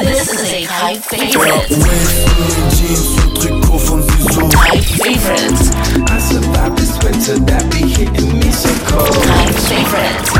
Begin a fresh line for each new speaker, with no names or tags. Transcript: This is a Hype favorite.
Waistline, Jeans und Trikot von Sisu.
Hype favorite.
I survived this winter that be hitting me so cold.
Hype favorite.